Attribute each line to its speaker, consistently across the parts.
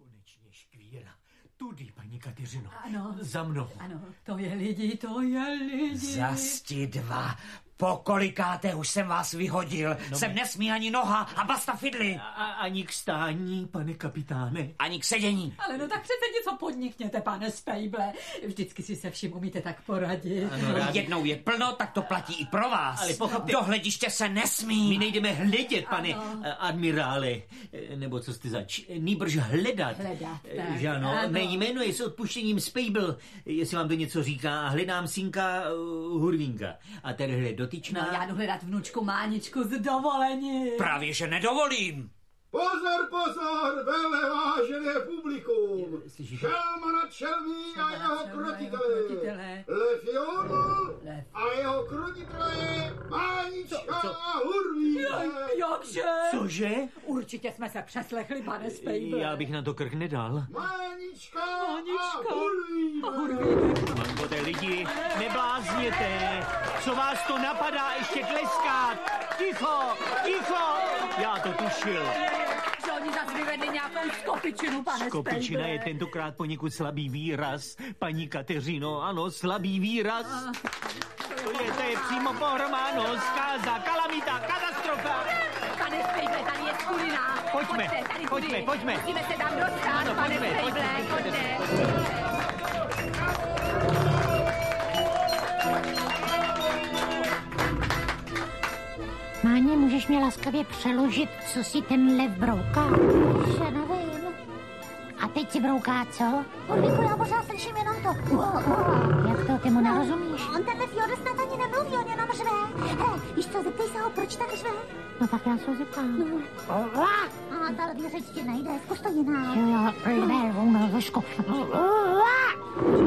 Speaker 1: Skutečně škvíra. Tudy, paní Kateřino.
Speaker 2: Ano.
Speaker 1: Za mnou.
Speaker 2: Ano, to je lidi, to je lidi.
Speaker 3: Zasti dva. Pokolikáté už jsem vás vyhodil. No, jsem nesmí ani noha a basta fidly.
Speaker 1: A, ani k stání, pane kapitáne.
Speaker 3: Ani k sedění.
Speaker 2: Ale no tak přece něco podnikněte, pane Spejble. Vždycky si se vším umíte tak poradit.
Speaker 1: Ano, rád.
Speaker 3: Jednou je plno, tak to platí i pro vás.
Speaker 1: Ale pochopte-
Speaker 3: Do hlediště se
Speaker 1: My
Speaker 3: nesmí.
Speaker 1: nejdeme hledět, pane
Speaker 2: Ano.
Speaker 1: eh, admirále. Eh, Nebo co jste zač? Nýbrž hledat.
Speaker 2: Hledat,
Speaker 1: Eh,
Speaker 2: tak,
Speaker 1: Že ano,
Speaker 2: ano.
Speaker 1: mé jméno je s odpuštěním Spejbl, jestli vám to něco říká. A hledám synka uh, Hurvinka. A tadyhle
Speaker 2: No,
Speaker 1: dotyčná...
Speaker 2: já jdu hledat vnučku Máničku z dovolení.
Speaker 3: Právě, že nedovolím.
Speaker 4: Pozor, pozor, velevážené publikum!
Speaker 1: Slyšíte?
Speaker 4: Šelma nad šelmí
Speaker 2: Šelma
Speaker 4: a
Speaker 2: nad
Speaker 4: jeho
Speaker 2: šelmí a jeho krotiteli.
Speaker 4: krotitele. Lefionul
Speaker 2: Lef.
Speaker 4: a jeho krotitele je Mánička
Speaker 1: Co- co?
Speaker 4: a Hurvík.
Speaker 2: Jak- Jakže?
Speaker 1: Cože?
Speaker 2: Určitě jsme se přeslechli, pane Spejble.
Speaker 1: Já bych na to krk nedal.
Speaker 4: Mánička
Speaker 2: Mánička.
Speaker 4: a Hurvík.
Speaker 1: Mangote lidi, neblázněte! Co vás to napadá ještě tleskat? Ticho, ticho! Já to tušil.
Speaker 2: Že oni zase vyvedli nějakou skopičinu, pane
Speaker 1: Kopičina
Speaker 2: Spejble.
Speaker 1: je tentokrát poněkud slabý výraz. Paní Kateřino, ano, slabý výraz. To je, to je přímo pohrománo. Zkáza, kalamita, katastrofa.
Speaker 2: Pane Spejble, tady je skulina.
Speaker 1: Pojďme,
Speaker 2: tady
Speaker 1: pojďme,
Speaker 2: kudy.
Speaker 1: pojďme.
Speaker 2: Musíme se tam dostat, ano, pane
Speaker 1: pojďme,
Speaker 2: Spejble,
Speaker 1: pojďme,
Speaker 2: pojďme.
Speaker 5: Máni, můžeš mi laskavě přeložit, co si ten lev brouká? Já nevím. A teď si brouká co?
Speaker 6: Orliku, jako já pořád slyším jenom to.
Speaker 5: Jak to, ty mu nerozumíš?
Speaker 6: On tenhle Fjodor snad ani nemluví, on jenom řve. Hele, víš co, zeptej se ho, proč tak řve?
Speaker 5: No tak já se zeptám.
Speaker 6: A ta levý řeč ti nejde, zkus to jiná.
Speaker 5: Jo, jo, lvé, lvou na lveško.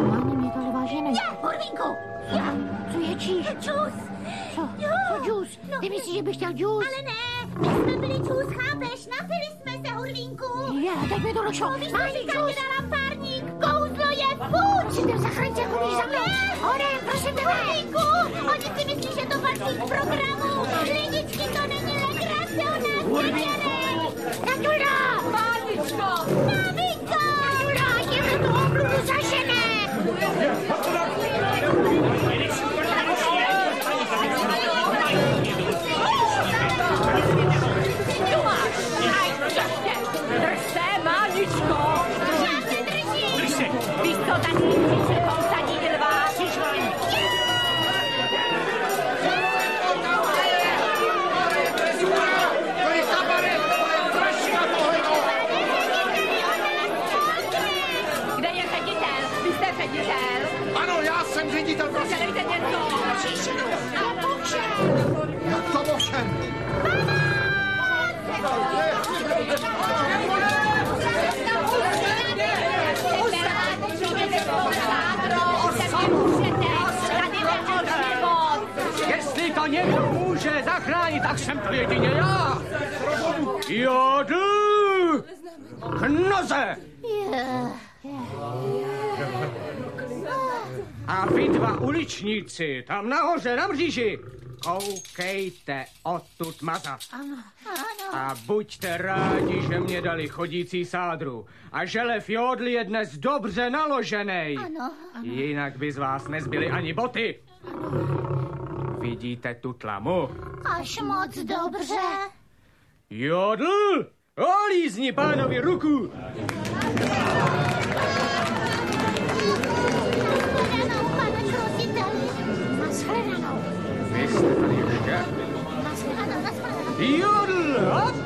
Speaker 5: Máni, mě to vážené.
Speaker 6: Orlíku!
Speaker 5: Co ječíš?
Speaker 6: Čus! No.
Speaker 5: Co? Co džus? Ty myslíš, že bych chtěl džus?
Speaker 6: Ale ne, my jsme byli čus, chápeš? Napili jsme se, Hurvínku!
Speaker 5: Je, teď mi to došlo.
Speaker 6: Víš, co
Speaker 5: Máni,
Speaker 6: říká
Speaker 5: džus!
Speaker 6: děda lampárník? Kouzlo je fuč!
Speaker 5: Prosím tě, zachraňte, chodíš za mnou. Hodem, prosím tebe.
Speaker 6: Hurvínku, oni si myslí, že to patří k programu. Lidičky, to není legrace u nás, večerek! Tatulá!
Speaker 2: Páničko!
Speaker 6: Maminko! Tatulá, těhle tu obludu zažené!
Speaker 2: Tomáš, aj, držte, držte, Máničko.
Speaker 6: Já se držím!
Speaker 2: Víš co, tak si přišli kousaní drvá. Kde je ředitel? Vy jste ředitel?
Speaker 7: Ano, já jsem ředitel, prosím.
Speaker 2: Dělejte něco. Ano,
Speaker 7: Jak to ovšem? Jestli to někdo může zachránit, tak jsem to jedině já. Já jdu k noze. A vy dva uličníci, tam nahoře na mříži, koukejte odtud mazat. A buďte rádi, že mě dali chodící sádru a že lev jodl je dnes dobře naložený.
Speaker 6: no.
Speaker 7: Ano, ano. Jinak by z vás nezbyly ani boty. Ano. Vidíte tu tlamu?
Speaker 6: Až moc dobře.
Speaker 7: Jodl! Olízni pánovi ruku!
Speaker 6: Shledanou, pane krotiteli. Nashledanou.
Speaker 7: Vy jste tady ještě?
Speaker 6: Nashledanou, nashledanou.
Speaker 7: Jodl! Hop!